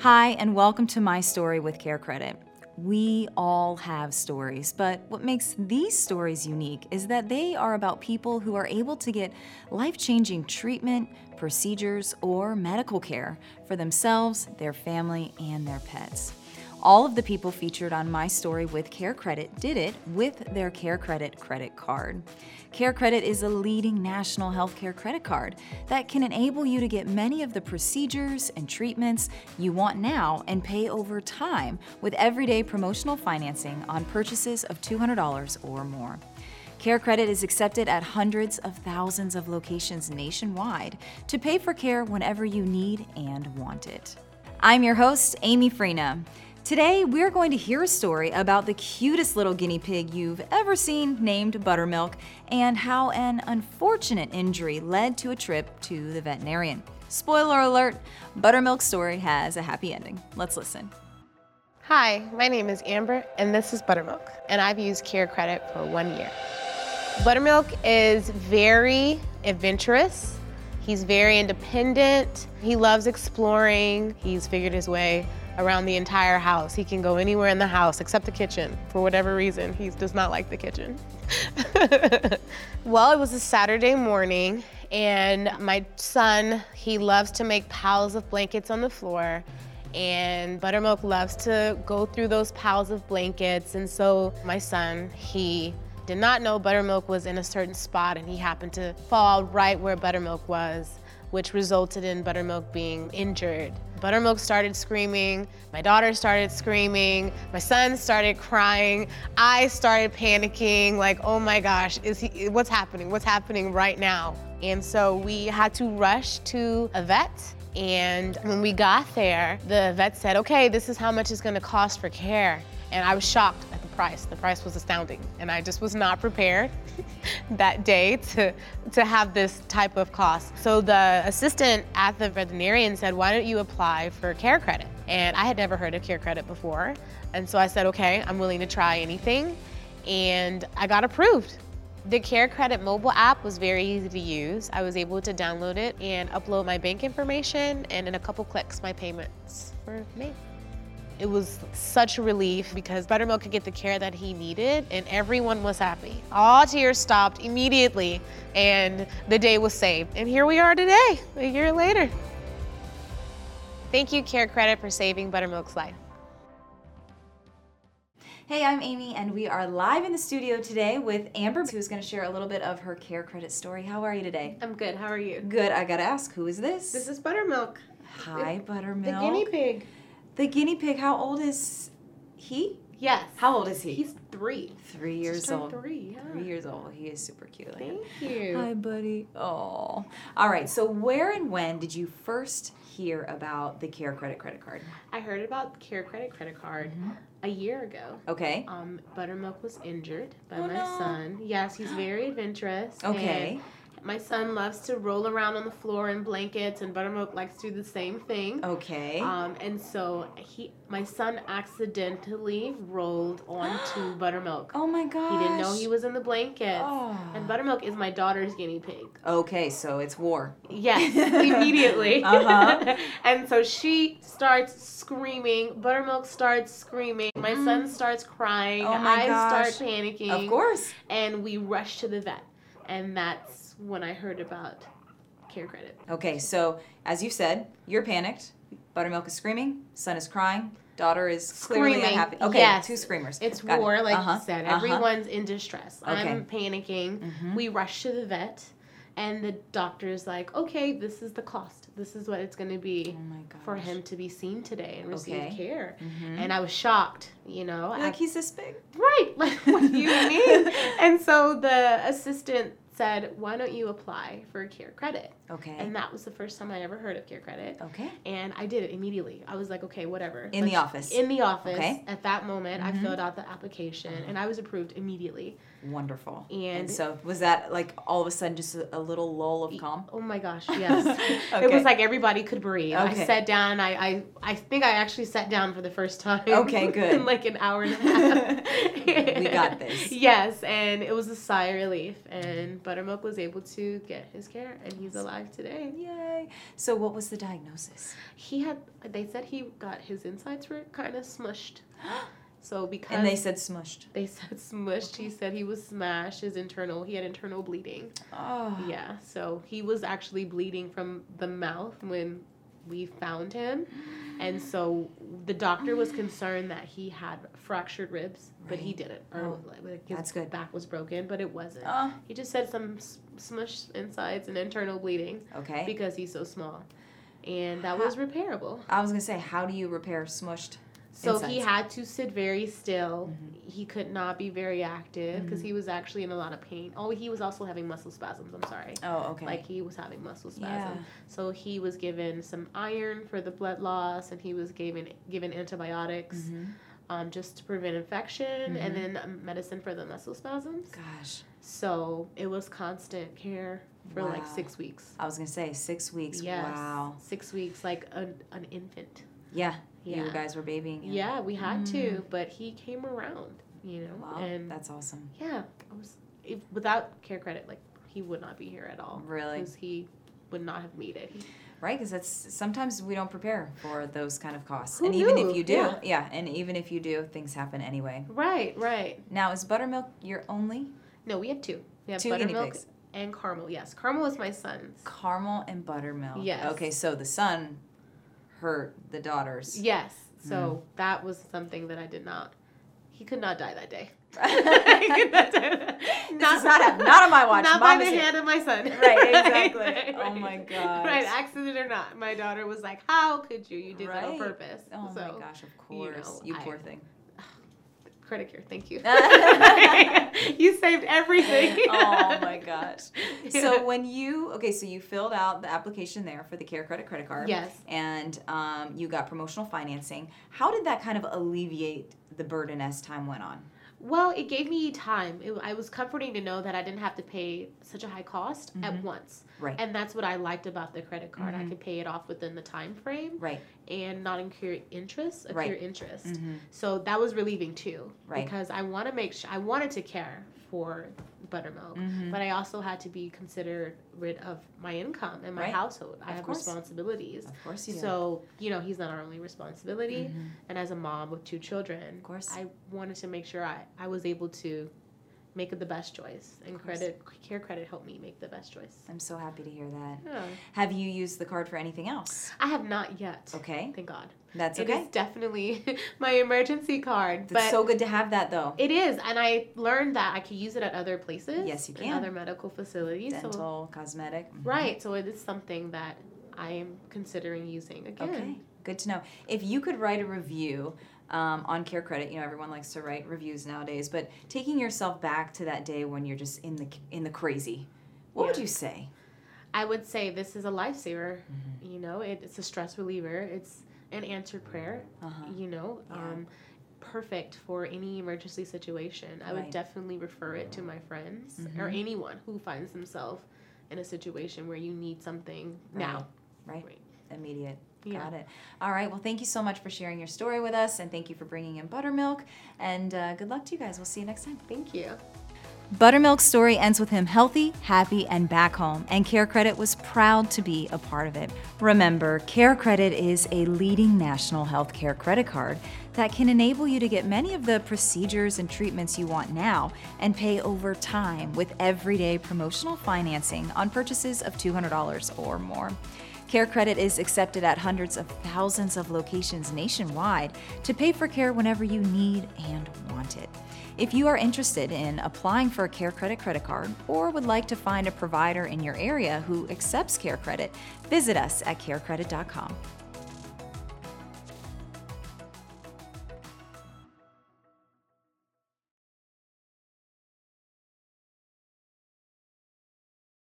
Hi, and welcome to My Story with Care Credit. We all have stories, but what makes these stories unique is that they are about people who are able to get life changing treatment, procedures, or medical care for themselves, their family, and their pets. All of the people featured on My Story with Care Credit did it with their Care Credit credit card. Care Credit is a leading national healthcare credit card that can enable you to get many of the procedures and treatments you want now and pay over time with everyday promotional financing on purchases of $200 or more. Care Credit is accepted at hundreds of thousands of locations nationwide to pay for care whenever you need and want it. I'm your host, Amy Freena. Today, we're going to hear a story about the cutest little guinea pig you've ever seen named Buttermilk and how an unfortunate injury led to a trip to the veterinarian. Spoiler alert Buttermilk's story has a happy ending. Let's listen. Hi, my name is Amber, and this is Buttermilk, and I've used Care Credit for one year. Buttermilk is very adventurous. He's very independent. He loves exploring. He's figured his way around the entire house. He can go anywhere in the house except the kitchen. For whatever reason, he does not like the kitchen. well, it was a Saturday morning, and my son, he loves to make piles of blankets on the floor and Buttermilk loves to go through those piles of blankets. And so my son, he did not know Buttermilk was in a certain spot and he happened to fall right where Buttermilk was, which resulted in Buttermilk being injured. Buttermilk started screaming, my daughter started screaming, my son started crying, I started panicking like, "Oh my gosh, is he what's happening? What's happening right now?" And so we had to rush to a vet and when we got there, the vet said, okay, this is how much it's gonna cost for care. And I was shocked at the price. The price was astounding. And I just was not prepared that day to, to have this type of cost. So the assistant at the veterinarian said, why don't you apply for care credit? And I had never heard of care credit before. And so I said, okay, I'm willing to try anything. And I got approved. The Care Credit mobile app was very easy to use. I was able to download it and upload my bank information, and in a couple clicks, my payments were made. It was such a relief because Buttermilk could get the care that he needed, and everyone was happy. All tears stopped immediately, and the day was saved. And here we are today, a year later. Thank you, Care Credit, for saving Buttermilk's life. Hey, I'm Amy, and we are live in the studio today with Amber, who's going to share a little bit of her care credit story. How are you today? I'm good. How are you? Good. I got to ask, who is this? This is Buttermilk, Hi, Buttermilk. the guinea pig. The guinea pig. How old is he? Yes. How old is he? He's three. three years Just turned old. Three. Yeah. Three years old. He is super cute. I Thank you. Hi, buddy. Oh. All right. So, where and when did you first hear about the Care Credit credit card? I heard about Care Credit credit card Mm-hmm. a year ago. Okay. Um, Buttermilk was injured by Oh, my no. son. Yes, he's very adventurous. and Okay. my son loves to roll around on the floor in blankets, and Buttermilk likes to do the same thing. Okay. Um, and so he, my son, accidentally rolled onto Buttermilk. oh my gosh. He didn't know he was in the blankets. Oh. And Buttermilk is my daughter's guinea pig. Okay, so it's war. Yes, immediately. Uh-huh. and so she starts screaming. Buttermilk starts screaming. My son starts crying. Mm-hmm. Oh my I gosh. start panicking. Of course. And we rush to the vet. And that's when I heard about care credit. Okay, so as you said, you're panicked. Buttermilk is screaming. Son is crying. Daughter is clearly Screaming, unhappy. Okay, yes. two screamers. It's Got it. war, like Uh-huh, you said. uh-huh. Mm-hmm. Everyone's in distress. I'm Okay. panicking. We rush to the vet. And the doctor's like, okay, this is the cost. This is what it's going to be Oh my gosh. for him to be seen today and receive Okay. care. And I was shocked, you know. You're I- Mm-hmm. Like he's this big. right, like what do you mean? and so the assistant said, why don't you apply for care credit? Okay. And that was the first time I ever heard of care credit. okay. And I did it immediately. I was like, okay, whatever. In the Let's- office. In the office. Okay. Mm-hmm. At that moment, I filled out the application and I was approved immediately. Wonderful. And, And- so was that like all of a sudden just a, a little lull of calm? Oh my gosh, yes. It Okay. was like everybody could breathe. Okay. I sat down. I, I I think I actually sat down for the first time. Okay, good. in like an hour and a half. We got this. Yes, and it was a sigh of relief, and Buttermilk was able to get his care, and he's alive today. Yay. So, what was the diagnosis? He had, they said he got his insides were kind of smushed. So because And they said smushed. they said smushed, he said he was smashed. His internal, he had internal bleeding. Oh. Yeah, so he was actually bleeding from the mouth when we found him. And so the doctor was concerned that he had fractured ribs, but he Right. didn't. Or Oh, like, like his that's good. back was broken, but it wasn't. Oh, He just had some s- smush insides and internal bleeding okay. because he's so small. And that was repairable. I was going to say, how do you repair smushed? So he Insides. Mm-hmm. had to sit very still. He could not be very active because he was actually in a lot of pain. Oh, he was also having muscle spasms. I'm sorry. Oh, okay. Like he was having muscle yeah. spasms. So he was given some iron for the blood loss, and he was given given antibiotics Mhm. um, just to prevent infection, Mhm. and then um, medicine for the muscle spasms. Gosh. So it was constant care for like Wow. six weeks. I was going to say, six weeks. Yes, Wow. six weeks, like an an infant. Yeah. Yeah, You guys were babying him. yeah, we had to, but he came around, you know, Mm. Wow. and that's awesome. yeah, it was if, without care credit, like he would not be here at all Really? because he would not have needed. Right? Because that's sometimes we don't prepare for those kind of costs. Who and even knew? if you do, Yeah. and even if you do, things happen anyway. Right, right. Now, is buttermilk your only? No, we have two. We have Two guinea buttermilk pigs. and caramel. Yes, caramel is my son's. Caramel and buttermilk. Yes. Okay, so the son hurt the daughters. Yes. So Mm. that was something that I did not. He could not die that day. He could not die that- This is not hap- not on my watch. Not Mom by is the here. hand of my son. Right, exactly. Oh my gosh. Right, accident or not, my daughter was like, "How could you? You did that on Right. purpose." Oh so, my gosh, of course. know, You, I- poor thing. Credit here, thank you. you saved everything. oh my gosh. Yeah. So when you okay, so you filled out the application there for the Care Credit credit card. Yes. And um, you got promotional financing. How did that kind of alleviate the burden as time went on? Well, it gave me time. It, I was comforting to know that I didn't have to pay such a high cost at once. Mm-hmm. Right. Mm-hmm. And that's what I liked about the credit card. I could pay it off within the time frame Right. and not incur interest, accrue Right. interest. Mhm. So that was relieving too, Right. because I want to make sure I wanted to care for buttermilk, Mm-hmm. but I also had to be considered rid of my income and my Right. household. I Of have course. responsibilities. Of course you did. So, you Mm-hmm. know, he's not our only responsibility. Mm-hmm. And as a mom with two children, of course. I wanted to make sure I, I was able to make the best choice. And course. credit care credit helped me make the best choice. I'm so happy to hear that. Yeah. Have you used the card for anything else? I have not yet. Okay. Thank God. That's It is okay. definitely my emergency card. It's But so good to have that though. it is, and I learned that I could use it at other places. Yes, you in can. Other medical facilities. So, Dental, cosmetic. mhm. right. So it is something that I am considering using again. Okay, good to know. If you could write a review um, on Care Credit, you know everyone likes to write reviews nowadays. But taking yourself back to that day when you're just in the in the crazy, what would Yeah. you say? I would say this is a lifesaver. Mm-hmm. You know, it, it's a stress reliever. It's an answered prayer. Uh-huh. You know, Yeah. um, perfect for any emergency situation. I would Right. Mm-hmm. definitely refer it to my friends or anyone who finds themselves in a situation where you need something now. Right, Right. immediate. Yeah. Got it. All right. Well, thank you so much for sharing your story with us, and thank you for bringing in buttermilk. And uh, good luck to you guys. We'll see you next time. Thank you. Buttermilk's story ends with him healthy, happy, and back home, and Care Credit was proud to be a part of it. Remember, Care Credit is a leading national healthcare credit card that can enable you to get many of the procedures and treatments you want now and pay over time with everyday promotional financing on purchases of $200 or more. Care Credit is accepted at hundreds of thousands of locations nationwide to pay for care whenever you need and want it. If you are interested in applying for a Care Credit credit card or would like to find a provider in your area who accepts Care Credit, visit us at carecredit.com.